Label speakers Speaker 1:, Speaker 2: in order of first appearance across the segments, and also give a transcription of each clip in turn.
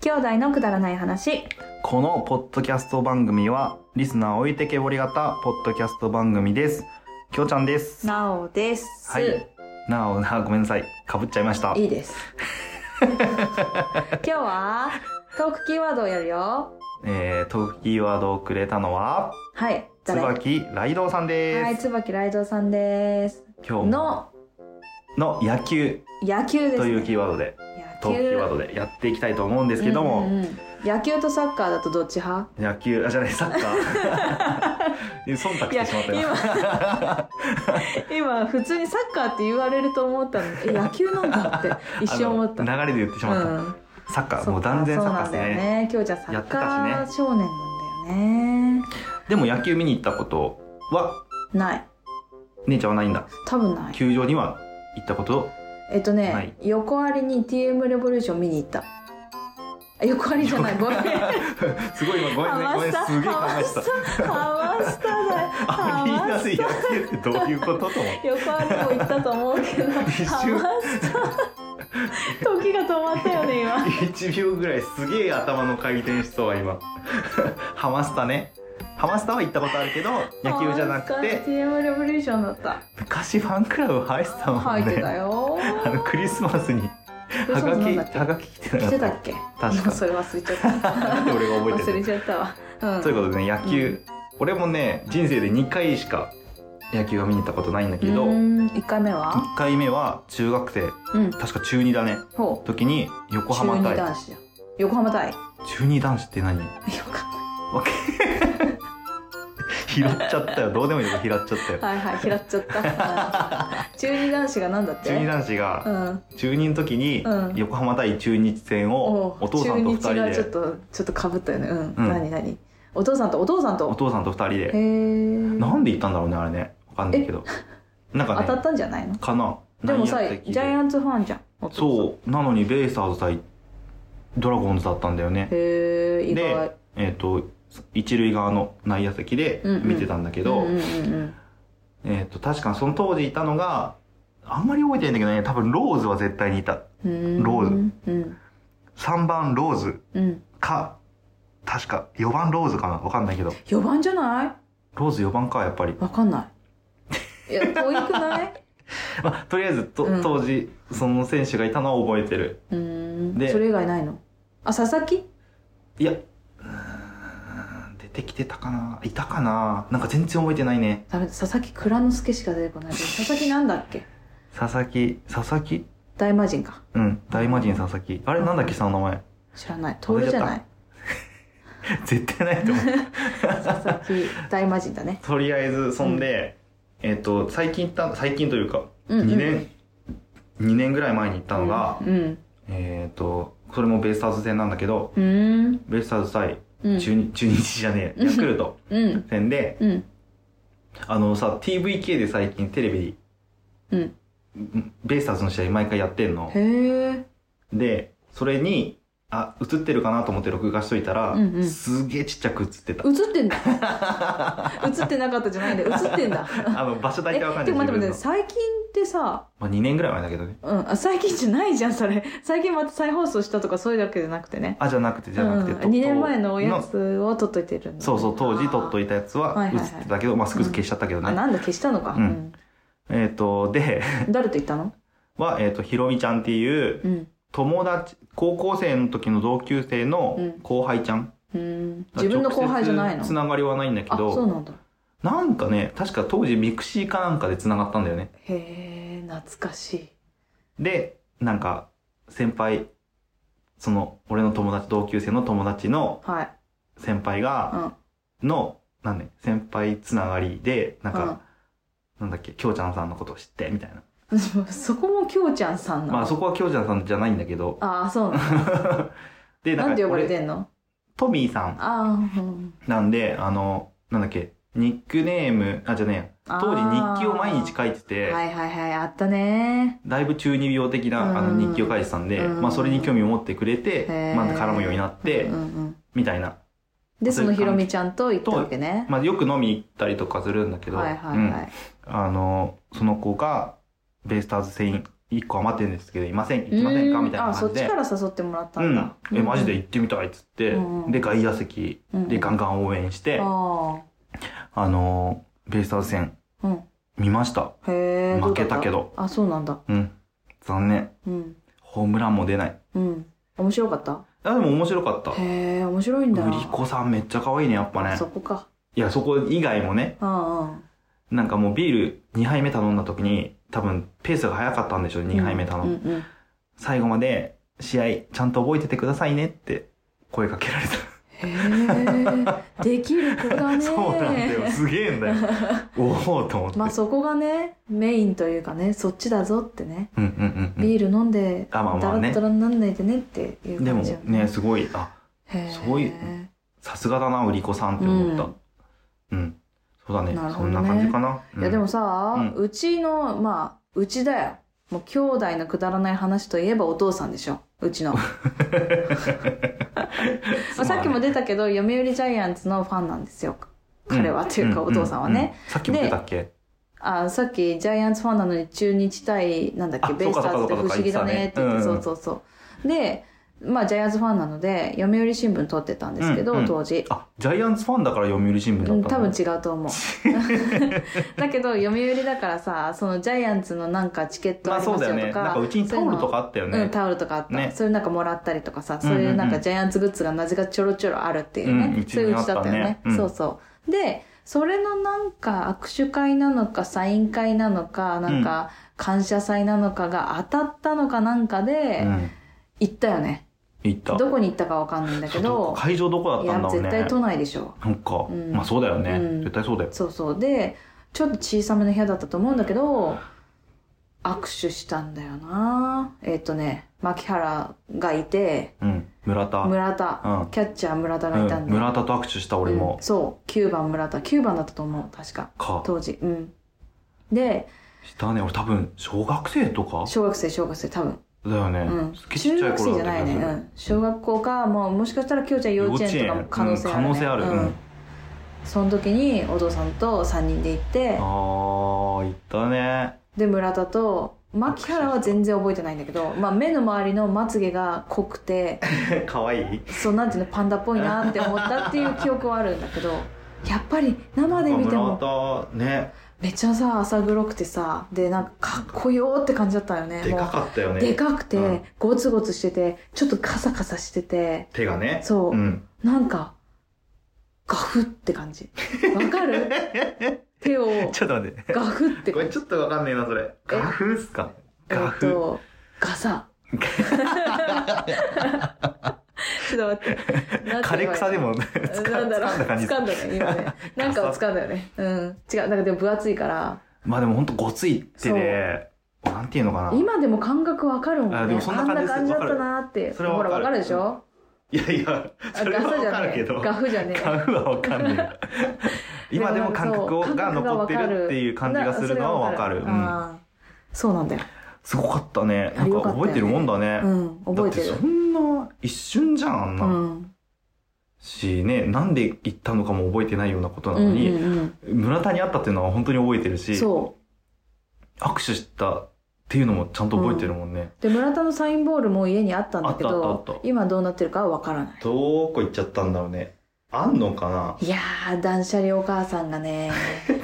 Speaker 1: 兄弟のくだらない話
Speaker 2: このポッドキャスト番組はリスナー置いてけぼり型ポッドキャスト番組ですきょうちゃんです
Speaker 1: なおです、
Speaker 2: はいなおなごめんなさいかぶっちゃいました
Speaker 1: いいです 今日はトークキーワードをやるよ
Speaker 2: えー、トークキーワードをくれたのは
Speaker 1: はい誰
Speaker 2: 椿雷道さんです、
Speaker 1: はい椿ライドさんです
Speaker 2: 今日も
Speaker 1: の
Speaker 2: の野球
Speaker 1: 野球です、
Speaker 2: と
Speaker 1: ね、
Speaker 2: いうキーワードでトー
Speaker 1: 野
Speaker 2: クキ
Speaker 1: 球
Speaker 2: ーワードでやっていきたいと思うんですけども、
Speaker 1: うんうんうん野球とサッカーだとどっち派
Speaker 2: 野球あじゃないサッカー 忖度してしまったよ
Speaker 1: 今普通にサッカーって言われると思ったのえ野球なんだ って一瞬思った
Speaker 2: あの流れで言ってしまった、
Speaker 1: うん
Speaker 2: サッカー
Speaker 1: そ
Speaker 2: も
Speaker 1: っ
Speaker 2: う
Speaker 1: か
Speaker 2: 断然サッカーです
Speaker 1: そうなんだよ
Speaker 2: ね
Speaker 1: ね今日じゃあサ
Speaker 2: や
Speaker 1: ッ
Speaker 2: って
Speaker 1: カ
Speaker 2: たし
Speaker 1: ー少年なんだよね
Speaker 2: でも野球見に行ったことは
Speaker 1: ない
Speaker 2: 姉ちゃんはないんだ
Speaker 1: 多分ない
Speaker 2: 球場には行ったこと
Speaker 1: えっとね、
Speaker 2: ない
Speaker 1: 横ありに TM レボリューション見に行ったあ横ありじゃないごめん
Speaker 2: すごい今ごめんね
Speaker 1: ハ
Speaker 2: ご
Speaker 1: マ
Speaker 2: めん
Speaker 1: スタ
Speaker 2: すげえ考えてた
Speaker 1: ハマスタだよ
Speaker 2: アリー
Speaker 1: ハマ
Speaker 2: ナ
Speaker 1: ス
Speaker 2: で野球ってどういうことと思って
Speaker 1: 横ありも行ったと思うけどハマ
Speaker 2: 一
Speaker 1: ス
Speaker 2: 瞬
Speaker 1: タ時が止まったよね今
Speaker 2: 1秒ぐらいすげえ頭の回転しそう今 ハマスタねハマスタは行ったことあるけど野球じゃなく
Speaker 1: ハマスタ
Speaker 2: て
Speaker 1: TM レボリューションだった
Speaker 2: 昔ファンクラブ入ってたも
Speaker 1: 入
Speaker 2: ん
Speaker 1: ってた
Speaker 2: ね
Speaker 1: よ
Speaker 2: あのクリスマスに
Speaker 1: クリ
Speaker 2: ハ
Speaker 1: スマスな
Speaker 2: ガ
Speaker 1: ん
Speaker 2: キ
Speaker 1: だっけ
Speaker 2: ハガキ来てなか
Speaker 1: 来て
Speaker 2: った
Speaker 1: っけ
Speaker 2: かに
Speaker 1: もうそれ忘れちゃった
Speaker 2: たなんで俺が覚えて
Speaker 1: 忘
Speaker 2: る
Speaker 1: れちゃったわ、うん、
Speaker 2: ということでね野球、
Speaker 1: うん
Speaker 2: 俺もね人生で2回しか野球は見に行ったことないんだけど、
Speaker 1: うーん
Speaker 2: 一
Speaker 1: 1回目は
Speaker 2: 1回目は中学生
Speaker 1: うん
Speaker 2: 確か中2だね
Speaker 1: ほ
Speaker 2: 時に
Speaker 1: う
Speaker 2: 横
Speaker 1: 中
Speaker 2: 浜
Speaker 1: 二
Speaker 2: 対
Speaker 1: 男子じゃん横浜対よ
Speaker 2: 中2男子って何
Speaker 1: か
Speaker 2: わけ 拾っちゃったよどうでもいいとこ拾っちゃったよ
Speaker 1: ったはいはい拾っちゃった うん中二男子がなんだって
Speaker 2: 中二男子が
Speaker 1: うん
Speaker 2: 中二の時に
Speaker 1: うん
Speaker 2: 横浜対中日戦をお父さんと二人
Speaker 1: 中日がちょっ
Speaker 2: で
Speaker 1: とちょっとかぶったよねうん、
Speaker 2: うん
Speaker 1: 何何お父さんとお父さん
Speaker 2: お
Speaker 1: と
Speaker 2: 父さんと二人
Speaker 1: へ
Speaker 2: で
Speaker 1: え
Speaker 2: なんで行ったんだろうねあれねわかんないけどなん
Speaker 1: 当
Speaker 2: か
Speaker 1: た
Speaker 2: ね
Speaker 1: ったんじゃないの
Speaker 2: かな
Speaker 1: でもさ
Speaker 2: 何
Speaker 1: ジ
Speaker 2: やって聞いて
Speaker 1: ャイアンツファンじゃんお父さん
Speaker 2: そうなのにベイスターズ対ドラゴンズだったんだよね
Speaker 1: へえ意外
Speaker 2: でえっ、と一塁側の内野席で
Speaker 1: うんうん
Speaker 2: 見てたんだけど、
Speaker 1: うんうんうんうん
Speaker 2: えっ、と確かその当時いたのがあんまり覚えてないんだけどね多分ローズは絶対にいた
Speaker 1: うーん
Speaker 2: ロー
Speaker 1: うん
Speaker 2: 3番ローズ
Speaker 1: うん
Speaker 2: か確か4番ローズかなわかんないけど
Speaker 1: 4番じゃない
Speaker 2: ローズ4番かやっぱり、
Speaker 1: わかんないいや遠くない
Speaker 2: まあ、とりあえずと、
Speaker 1: うん
Speaker 2: 当時その選手がいたのは覚えてる
Speaker 1: うーん
Speaker 2: で
Speaker 1: それ以外ないのあ佐々木
Speaker 2: いやうーん出てきてたかないたかななんか全然覚えてないね
Speaker 1: ダメだ佐々木蔵之介しか出てこない佐々木なんだっけ
Speaker 2: 佐々木佐々木
Speaker 1: 大魔神か
Speaker 2: うん大魔神佐々木あれなんだっけその名前
Speaker 1: 知らない徹じゃない
Speaker 2: 絶対ないと思う
Speaker 1: 佐々木大魔神だね
Speaker 2: とりあえずそんで、えっ、と最近行った最近というか、
Speaker 1: うんうん
Speaker 2: 2年2年ぐらい前に行ったのが
Speaker 1: う、ん
Speaker 2: えっ、とそれもベイスターズ戦なんだけど
Speaker 1: うーん
Speaker 2: ベイスターズ対
Speaker 1: うん
Speaker 2: 中,、中日じゃねえヤクルト
Speaker 1: うん
Speaker 2: 戦で
Speaker 1: うん
Speaker 2: あのさ TVK で最近テレビ
Speaker 1: うん
Speaker 2: ベイスターズの試合毎回やってんの
Speaker 1: へえ
Speaker 2: でそれにあ映ってるかなと思って録画しといたら、
Speaker 1: うんうん
Speaker 2: すげえちっちゃく映ってた
Speaker 1: 映って んだ映ってなかったじゃないんだ映ってんだ
Speaker 2: あの場所
Speaker 1: え
Speaker 2: 大
Speaker 1: で
Speaker 2: 体わ
Speaker 1: も待っ
Speaker 2: かんない
Speaker 1: て待っ
Speaker 2: 自分
Speaker 1: て
Speaker 2: の
Speaker 1: 最近ってさ
Speaker 2: まあ、2年ぐらい前だけどね
Speaker 1: うんあ最近じゃないじゃんそれ 最近また再放送したとかそういうわけじゃなくてね
Speaker 2: あじゃなくてじゃなくて、
Speaker 1: うん
Speaker 2: と
Speaker 1: 2年前のおやつを取っといてるんだ
Speaker 2: そうそう当時撮っと
Speaker 1: い
Speaker 2: いたやつ
Speaker 1: は
Speaker 2: はい
Speaker 1: はい
Speaker 2: 映っ
Speaker 1: はい
Speaker 2: てたけど、まあ、すぐ消しちゃったけど
Speaker 1: あ
Speaker 2: ね、
Speaker 1: なんだ消したのか、
Speaker 2: うんえっ、とで
Speaker 1: うん誰と言ったの
Speaker 2: は、えっとひろみちゃんっていう
Speaker 1: うん
Speaker 2: 友達高校生の時の同級生の
Speaker 1: うん
Speaker 2: 後輩ちゃん、
Speaker 1: うん自分の後輩じゃないの
Speaker 2: つながりはないんだけ
Speaker 1: あそう
Speaker 2: ど
Speaker 1: なんだ
Speaker 2: なんかね確か当時ミクシーかなんかでつながったんだよね
Speaker 1: へえ懐かしい
Speaker 2: でなんか先輩その俺の友達同級生の友達の
Speaker 1: はい
Speaker 2: 先輩
Speaker 1: う
Speaker 2: が、
Speaker 1: ん
Speaker 2: のなんね先輩つながりでなんか、なんだっけきょうちゃんさんのことを知ってみたいな
Speaker 1: うん、そこもきょうちゃんさんなの、
Speaker 2: まあそこは京ちゃんさんじゃないんだ けど。
Speaker 1: ああそうなんだ
Speaker 2: で、
Speaker 1: なんで呼ばれて
Speaker 2: 俺
Speaker 1: んの
Speaker 2: トミーさん
Speaker 1: あー、うん、
Speaker 2: なんで、あの、なんだっけ、ニックネーム、あ、じゃねえや当時日記を毎日
Speaker 1: い
Speaker 2: 書いてて、
Speaker 1: はいはいはいあったね
Speaker 2: だいぶ中二病的
Speaker 1: うん
Speaker 2: なあの日記を書いてたんで、
Speaker 1: うん
Speaker 2: まあそれに興味を持ってくれて
Speaker 1: へー、
Speaker 2: まあ絡むようになって
Speaker 1: うん、うん、
Speaker 2: みたいな。
Speaker 1: でそ
Speaker 2: そういう
Speaker 1: のひろみちゃんと行ったわけね
Speaker 2: まあよく飲み行ったりとかするんだけど、
Speaker 1: はいはい
Speaker 2: うん
Speaker 1: はい、
Speaker 2: あの、その子が、ベイスターズ戦1個余ってるんですけどいません行きませんか
Speaker 1: うん
Speaker 2: みたいな
Speaker 1: あそ
Speaker 2: 感
Speaker 1: っ
Speaker 2: じ
Speaker 1: ち
Speaker 2: で
Speaker 1: から誘ってもらった
Speaker 2: うんん
Speaker 1: だ、
Speaker 2: えマジで行ってみたいっつって、
Speaker 1: うんうん
Speaker 2: で外野席でガンガン応援して、
Speaker 1: あ
Speaker 2: あのーベイスターズ戦
Speaker 1: あうん
Speaker 2: 見ました
Speaker 1: へえ
Speaker 2: 負けたけど
Speaker 1: あそうなんだ
Speaker 2: うん残念
Speaker 1: うん
Speaker 2: ホームランも出ない
Speaker 1: うん面白かった
Speaker 2: あでも面白かった
Speaker 1: へえ面白いんだ
Speaker 2: グリコさんめっちゃ可愛いねやっぱね
Speaker 1: そこか
Speaker 2: いやそこ以外もね
Speaker 1: あ
Speaker 2: なんかもうビール2杯目頼んだ時に多分ペースが早かったんでしょ
Speaker 1: あ
Speaker 2: 2杯目頼む、
Speaker 1: うんうん
Speaker 2: 最後まで試合ちゃんと覚えててくださいねって声かけられた
Speaker 1: へえできる子だね
Speaker 2: そうなんだよすげえ んだよおおと思って、
Speaker 1: まあそこがねメインというかねそっちだぞってね
Speaker 2: うんうんうんうん
Speaker 1: ビール飲んで
Speaker 2: あまあまあ
Speaker 1: ダラ
Speaker 2: ね
Speaker 1: ッダラになんないでねっていう
Speaker 2: でも
Speaker 1: 感じよ
Speaker 2: ねすごいあ
Speaker 1: へえ
Speaker 2: そういうさすがだな売り子さんって思ったうん、そうだね
Speaker 1: なる
Speaker 2: そ
Speaker 1: ほど
Speaker 2: ん
Speaker 1: ね
Speaker 2: な感じかな、
Speaker 1: いやで
Speaker 2: うん
Speaker 1: もさ、
Speaker 2: う
Speaker 1: うんちのまあうちだよもう兄弟のくだらない話といえばお父さんでしょう ちの、まあ、さっきも出たけど読売ジャイアンツのファンなんですよ彼は、というかお父さんはね、、
Speaker 2: うんうんうんさっきも出たっけ
Speaker 1: あさっきジャイアンツファンなのに中日対なんだっ
Speaker 2: あ
Speaker 1: けベイスターズって不思議だねって言って
Speaker 2: そ
Speaker 1: そうう
Speaker 2: か
Speaker 1: そうそうでまあジャイアンツファンなので読売新聞撮ってたんですけど、
Speaker 2: うんうん
Speaker 1: 当時
Speaker 2: あジャイアンツファンだから読売新聞だった
Speaker 1: うんん
Speaker 2: だ
Speaker 1: 多分違うと 思う だけど読売だからさそのジャイアンツのなんかチケット
Speaker 2: ま
Speaker 1: あ
Speaker 2: あ
Speaker 1: り
Speaker 2: そ
Speaker 1: ま
Speaker 2: う
Speaker 1: す
Speaker 2: だ
Speaker 1: よ
Speaker 2: よ
Speaker 1: と
Speaker 2: ね
Speaker 1: か、
Speaker 2: なんかうちにタオルとかあったよ
Speaker 1: うん、
Speaker 2: ね
Speaker 1: タオルとかあった、
Speaker 2: ね
Speaker 1: そういうなんかもらったりとかさ
Speaker 2: うん
Speaker 1: そううん
Speaker 2: うん
Speaker 1: いうなんかジャイアンツグッズがなぜかちょろちょろあるっていうね、
Speaker 2: うんうち
Speaker 1: そういう
Speaker 2: に
Speaker 1: う
Speaker 2: あっ
Speaker 1: ち
Speaker 2: た
Speaker 1: だ
Speaker 2: ね
Speaker 1: ったよね、
Speaker 2: うん
Speaker 1: そうそうでそれのなんか握手会なのかサイン会なのかなんか感謝祭なのかが当たったのかなんかで
Speaker 2: うん
Speaker 1: 行ったよね、
Speaker 2: 行った
Speaker 1: どこに行ったかわかんないんだけ
Speaker 2: そう
Speaker 1: ど
Speaker 2: 会場どこだっ
Speaker 1: い
Speaker 2: た
Speaker 1: や
Speaker 2: んだろう
Speaker 1: 絶
Speaker 2: ね
Speaker 1: 対都内でしょ
Speaker 2: なんか、
Speaker 1: うん
Speaker 2: まあそうだよね、
Speaker 1: うん
Speaker 2: 絶対そうだよ
Speaker 1: そうそうでちょっと小さめの部屋だったと思うんだけど握手したんだよなえっ、とね牧原がいて
Speaker 2: うん村田
Speaker 1: 村田、
Speaker 2: うん
Speaker 1: キャッチャー村田がいたん
Speaker 2: うん
Speaker 1: で、
Speaker 2: 村田と握手した俺も
Speaker 1: うん、そう9番村田9番だったと思う確か
Speaker 2: か
Speaker 1: 当時うんで
Speaker 2: したね俺多分小学生とか
Speaker 1: 小学生小学生多分、
Speaker 2: だよね、
Speaker 1: うん、
Speaker 2: すっげえち
Speaker 1: 中
Speaker 2: っちゃい
Speaker 1: 学生
Speaker 2: 頃
Speaker 1: じ
Speaker 2: だ
Speaker 1: ゃ
Speaker 2: った
Speaker 1: ない
Speaker 2: 気
Speaker 1: ね、う
Speaker 2: が
Speaker 1: ん、小学校かもうもしかしたらきょうちゃん幼稚園とかも可能性ある、ね、
Speaker 2: 幼稚園うん可能性あるうん
Speaker 1: その時にお父さんと3人で行って
Speaker 2: あー行ったね
Speaker 1: で村田と牧原は全然覚えてないんだけど、まあ、目の周りのまつげが濃くて
Speaker 2: 可愛い
Speaker 1: そうなんていうのパンダっぽいなって思ったっていう記憶はあるんだけどやっぱり生で見ても
Speaker 2: 村田ね
Speaker 1: めっちゃさ浅黒くてさでなんかかっこよって感じだったよね
Speaker 2: でかかったよ
Speaker 1: もう
Speaker 2: ね
Speaker 1: でかくて、
Speaker 2: うん
Speaker 1: ゴツゴツしててちょっとカサカサしてて
Speaker 2: 手がね
Speaker 1: そう
Speaker 2: うん、
Speaker 1: なんかガフって感じわか る手を
Speaker 2: ちょっと待って
Speaker 1: ガフって
Speaker 2: これ
Speaker 1: 感
Speaker 2: ち
Speaker 1: じ
Speaker 2: ょっとわかんねえなそれ画風っすか
Speaker 1: え
Speaker 2: 画
Speaker 1: っ
Speaker 2: 風、
Speaker 1: とガサちょっと待ってなんて言えばいいの
Speaker 2: 枯れ草でも つか
Speaker 1: なんだろう
Speaker 2: 掴んだ感じ
Speaker 1: 掴んだね今ねなんかを掴んだよねうん違うなんかでも分厚いから
Speaker 2: まあでもほんとごつい手でなんていうのかな
Speaker 1: 今でも感覚わかるもんね
Speaker 2: あ
Speaker 1: あ
Speaker 2: でもそんなん感じ
Speaker 1: な
Speaker 2: です
Speaker 1: 感じだったなーって
Speaker 2: それはわ
Speaker 1: ほ
Speaker 2: かる
Speaker 1: らわかるでしょ
Speaker 2: いやいや
Speaker 1: あ
Speaker 2: それは
Speaker 1: ガサ
Speaker 2: 分
Speaker 1: じゃ
Speaker 2: かる
Speaker 1: ね
Speaker 2: け
Speaker 1: え
Speaker 2: ど
Speaker 1: ガフじゃねえ
Speaker 2: 感フは分かんない 今でも感覚を
Speaker 1: そう
Speaker 2: が残ってるっていう感じがするのは分かる、
Speaker 1: な
Speaker 2: う
Speaker 1: それ
Speaker 2: ん、
Speaker 1: あーそうなんだよ
Speaker 2: すごかったね
Speaker 1: あ
Speaker 2: なんか
Speaker 1: よかったよね
Speaker 2: 覚えてるもんだね
Speaker 1: うん覚えて
Speaker 2: だ
Speaker 1: る
Speaker 2: ってそんな一瞬じゃんあん
Speaker 1: う
Speaker 2: な、
Speaker 1: ん
Speaker 2: しねなんで行ったのかも覚えてないようなことな
Speaker 1: うん
Speaker 2: の
Speaker 1: う
Speaker 2: に、
Speaker 1: ん
Speaker 2: 村田に会ったっていうのは本当に覚えてる
Speaker 1: うん
Speaker 2: し
Speaker 1: そ
Speaker 2: 握手したっていうのもちゃんと覚えてるもんね、
Speaker 1: うで村田のサインボールも家にあったんだけ
Speaker 2: あったあったあっ
Speaker 1: ど
Speaker 2: た
Speaker 1: 今どうなってるかはわからない
Speaker 2: どこ行っちゃったんだろうねあんのかない
Speaker 1: やー断捨離お母さんがね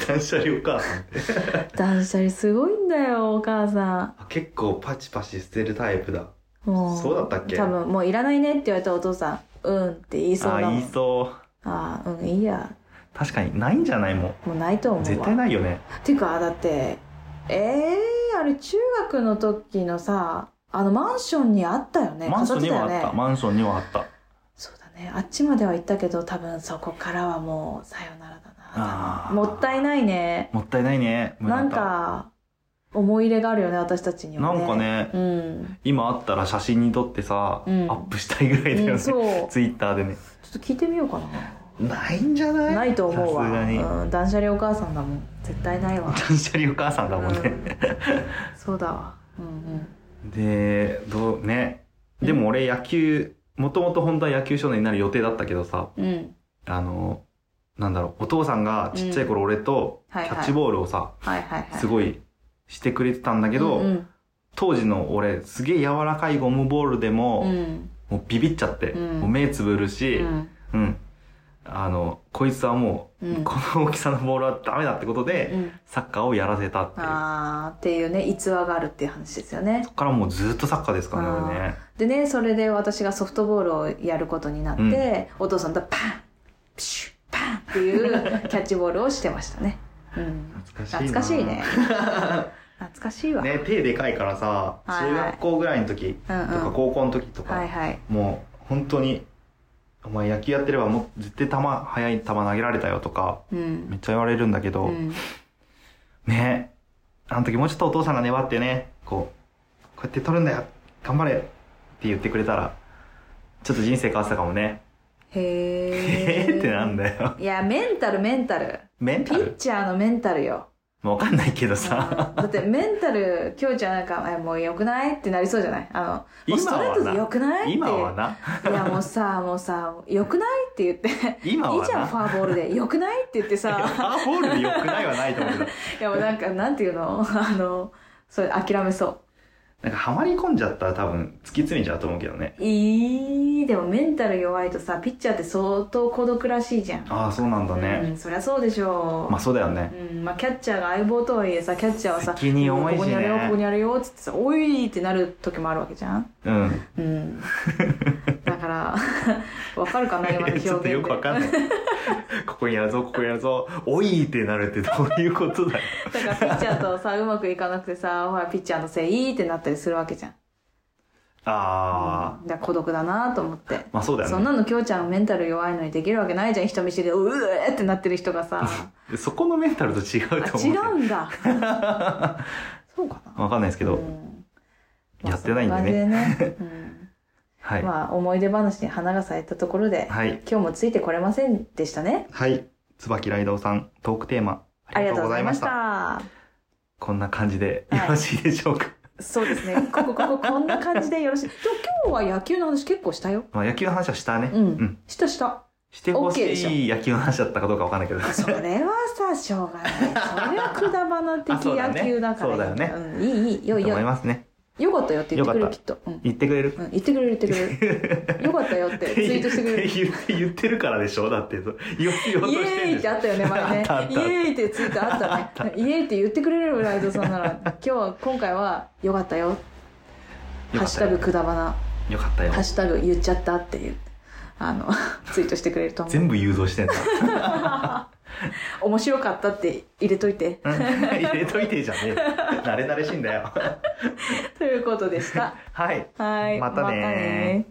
Speaker 2: 断捨離お母さんって
Speaker 1: 断捨離すごいんだよお母さ
Speaker 2: あ結構パチパチ捨てるタイプだ
Speaker 1: んもう
Speaker 2: そうだったっけ
Speaker 1: 多分もういらないねって言われたらお父さんうんって言いそう
Speaker 2: あ
Speaker 1: だも
Speaker 2: 言い
Speaker 1: ん
Speaker 2: そう
Speaker 1: ああうんいいや
Speaker 2: 確かにないんじゃないもん
Speaker 1: もうないと思うわ
Speaker 2: 絶対ないよね
Speaker 1: ていうかだってえー、あれ中学の時のさあのマンションにあったよね
Speaker 2: マンションにはあっ
Speaker 1: 飾
Speaker 2: た、
Speaker 1: てよね
Speaker 2: マンションにはあった
Speaker 1: そうだねあっちまでは行ったけど多分そこからはもうさよならだ
Speaker 2: あ
Speaker 1: な
Speaker 2: ー
Speaker 1: もったいないね
Speaker 2: もったいないね村田
Speaker 1: なんか思い入れがあるよね私たちに
Speaker 2: な
Speaker 1: はね
Speaker 2: んかね
Speaker 1: うん、
Speaker 2: 今あったら写真に撮ってさ、
Speaker 1: うん
Speaker 2: アップしたいぐらいだよね、
Speaker 1: うん、そうちょ
Speaker 2: ツイッターでね
Speaker 1: っと聞いてみようかな
Speaker 2: ないんじゃない
Speaker 1: ないと思うわ
Speaker 2: さすがに、
Speaker 1: うん、断捨離お母さんだもん絶対ないわ
Speaker 2: 断捨離お母さんだもんね、
Speaker 1: うんそうだわうんうん
Speaker 2: でどうねでも俺野球もともと本当は野球少年になる予定だったけどさ
Speaker 1: うん
Speaker 2: あのなんだろうお父さんがちっちゃい頃俺とキ
Speaker 1: はいはい
Speaker 2: ャッチボールをさ、
Speaker 1: はいはいはい
Speaker 2: すごいしてくれてたんだけど、
Speaker 1: うんうん
Speaker 2: 当時の俺すげえ柔らかいゴムボールでも、
Speaker 1: うん
Speaker 2: もうビビっちゃって、
Speaker 1: うん
Speaker 2: もう目つぶるし、
Speaker 1: う
Speaker 2: うん
Speaker 1: ん
Speaker 2: あのこいつはもう、
Speaker 1: うん
Speaker 2: この大きさのボールはダメだってことで、
Speaker 1: うん
Speaker 2: サッカーをやらせたっていうそ
Speaker 1: あーっていうね逸話があるっていう話ですよね
Speaker 2: こからもうずっとサッカーですからね俺ね
Speaker 1: でねそれで私がソフトボールをやることになって、お父さんとパンプシュパンっていうキャッチボールをしてましたね、うん、
Speaker 2: 懐かしいな
Speaker 1: 懐かしいね懐かしいわ、
Speaker 2: ね手でかいからさ
Speaker 1: はい
Speaker 2: 中学校ぐらいの時
Speaker 1: うんうん
Speaker 2: とか高校の時とか、
Speaker 1: はいはい
Speaker 2: もう本当に「お前野球やってればもう絶対球速い球投げられたよ」とか
Speaker 1: うん、
Speaker 2: めっちゃ言われるんだけど、
Speaker 1: うん、
Speaker 2: ねあの時もうちょっとお父さんが粘ってねこうこうやって取るんだよ頑張れって言ってくれたらちょっと人生変わってたかもね
Speaker 1: へえ
Speaker 2: え ーってなんだよ
Speaker 1: いやメンタルメンタル
Speaker 2: メン
Speaker 1: ピ
Speaker 2: タ
Speaker 1: ッ
Speaker 2: ル
Speaker 1: チャーのメンタルよ
Speaker 2: わかんないけどさ
Speaker 1: だってメンタル今日ちゃんなんかえもう良くないってなりそうじゃないあのもうストレートで良くないって
Speaker 2: 今はない
Speaker 1: やもうさもうさ良くないって言ってい
Speaker 2: 今
Speaker 1: い
Speaker 2: は
Speaker 1: じゃんフ
Speaker 2: な
Speaker 1: ァーボールで良くないって言って
Speaker 2: いや フ
Speaker 1: さ
Speaker 2: ァーボールでよくないはないと思うけど
Speaker 1: いやもうなんかなんていうの あのそれ諦めそ
Speaker 2: なんかハマり込んじゃったら多分突き詰めちゃうと思うけどね
Speaker 1: ういいでもメンタル弱いとさピッチャーって相当孤独らしいじゃん
Speaker 2: ああそうなんだ
Speaker 1: う
Speaker 2: ね、
Speaker 1: ん、そりゃそうでしょう、
Speaker 2: まあそうだよね
Speaker 1: うんまあ、キャッチャーが相棒とはいえさキャッチャーはさ
Speaker 2: 責任重いしね
Speaker 1: ここにあるよここにあるよっつってさ「おい!」ってなる時もあるわけじゃん
Speaker 2: うん
Speaker 1: うんだから わかるかな 今の表現で
Speaker 2: ちょっとよくわかんない ここにやるぞここにやるぞおいってなるってどういうことだよ
Speaker 1: だからピッチャーとさうまくいかなくてさほらピッチャーのせいってなったりするわけじゃん
Speaker 2: ああ、
Speaker 1: だから孤独だなと思って
Speaker 2: まあそうだ
Speaker 1: そ
Speaker 2: よ
Speaker 1: ん
Speaker 2: ね
Speaker 1: なのきょうちゃんメンタル弱いのにできるわけないじゃん人見知りでうえーってなってる人がさ
Speaker 2: そこのメンタルと違う
Speaker 1: あ
Speaker 2: と思うけ
Speaker 1: 違
Speaker 2: ど
Speaker 1: うんだ そうかな
Speaker 2: わかんないですけど、
Speaker 1: うん
Speaker 2: やってないんでね
Speaker 1: まあそんな 感じでねうん
Speaker 2: はい、
Speaker 1: まあ思い出話に花が咲いたところで、
Speaker 2: はい
Speaker 1: 今日もついてこれませんでしたね
Speaker 2: はい椿ライドウさんトークテーマ
Speaker 1: あ
Speaker 2: あ
Speaker 1: り
Speaker 2: り
Speaker 1: が
Speaker 2: が
Speaker 1: とうご
Speaker 2: とうご
Speaker 1: ざ
Speaker 2: ざ
Speaker 1: い
Speaker 2: い
Speaker 1: ま
Speaker 2: ま
Speaker 1: し
Speaker 2: した
Speaker 1: た
Speaker 2: こんな感じで
Speaker 1: はい
Speaker 2: よろしいでしょうか、
Speaker 1: そうですねこここここんな感じでよろしいでも今日は野球の話結構したよ
Speaker 2: まあ野球の話はしたね
Speaker 1: うんしたした
Speaker 2: してほ
Speaker 1: OK で
Speaker 2: しい野球の話だったかどうかわかんないけど
Speaker 1: それはさしょうがないそれはくだばな的
Speaker 2: あそうだ
Speaker 1: 野
Speaker 2: ね
Speaker 1: 球だから
Speaker 2: そうだよ
Speaker 1: ね、うん、いいいいよ
Speaker 2: い
Speaker 1: いい
Speaker 2: いと思
Speaker 1: よ
Speaker 2: いますね
Speaker 1: よかったよって言ってくれ
Speaker 2: よ
Speaker 1: る
Speaker 2: かっ
Speaker 1: きっと、うん
Speaker 2: 言ってくれる
Speaker 1: うん、言ってくれる言ってくれるよかったよってツイートしてくれる
Speaker 2: 言って言ってるからでしょだってそう言おう言おう
Speaker 1: イ
Speaker 2: として
Speaker 1: エーイっ
Speaker 2: るでしてょ
Speaker 1: あったよね前ね
Speaker 2: あったあっ
Speaker 1: イ
Speaker 2: た
Speaker 1: エーイってツイートあったねイエーイって言ってくれるライドさんなら今日は今回はよかったよ「
Speaker 2: よ
Speaker 1: ハ
Speaker 2: か
Speaker 1: ッ
Speaker 2: っ
Speaker 1: シュ
Speaker 2: た
Speaker 1: タ
Speaker 2: よ
Speaker 1: グくだばな」
Speaker 2: よかっ
Speaker 1: 「
Speaker 2: たよ
Speaker 1: ハッシュタグ言っちゃった」っていうあのツイートしてくれると思う
Speaker 2: 全部誘導してんだ
Speaker 1: 面白かったって入れとい て
Speaker 2: 入れといてじゃねえよ慣れ慣れしいんだよ
Speaker 1: ということでした
Speaker 2: はい
Speaker 1: はい
Speaker 2: またねー
Speaker 1: ね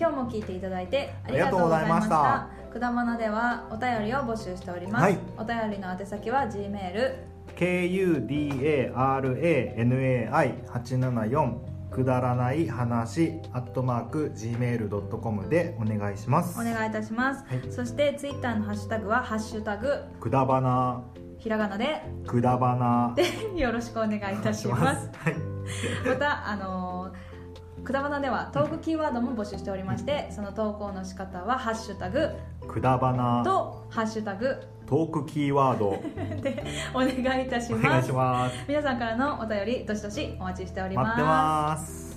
Speaker 1: 今日も聞いていただいてありがとうございました
Speaker 2: ありがとうございま
Speaker 1: くだまなではお便りを募集しております、
Speaker 2: はい
Speaker 1: お便りの宛先は G メール
Speaker 2: KUDARANAI874 くだらない話アットマーク Gmail.com でお願いします
Speaker 1: お願いいたします、
Speaker 2: はい
Speaker 1: そしてツイッターのハッシュタグはハッシュタグ
Speaker 2: くだばな
Speaker 1: ひらがなで
Speaker 2: くだばな
Speaker 1: よろしくお願いいたし
Speaker 2: お願
Speaker 1: ま
Speaker 2: い
Speaker 1: す
Speaker 2: しますはい
Speaker 1: またあのーくだばなではトークキーワードも募集しておりましてその投稿の仕方は「ハッシュタグ
Speaker 2: くだば」な
Speaker 1: と「ハッシュタグ
Speaker 2: トークキーワード」
Speaker 1: でお願いいたし
Speaker 2: お
Speaker 1: ま
Speaker 2: 願い
Speaker 1: す
Speaker 2: します
Speaker 1: 皆さんからのお便りどしどしお待ちしており
Speaker 2: 待ってます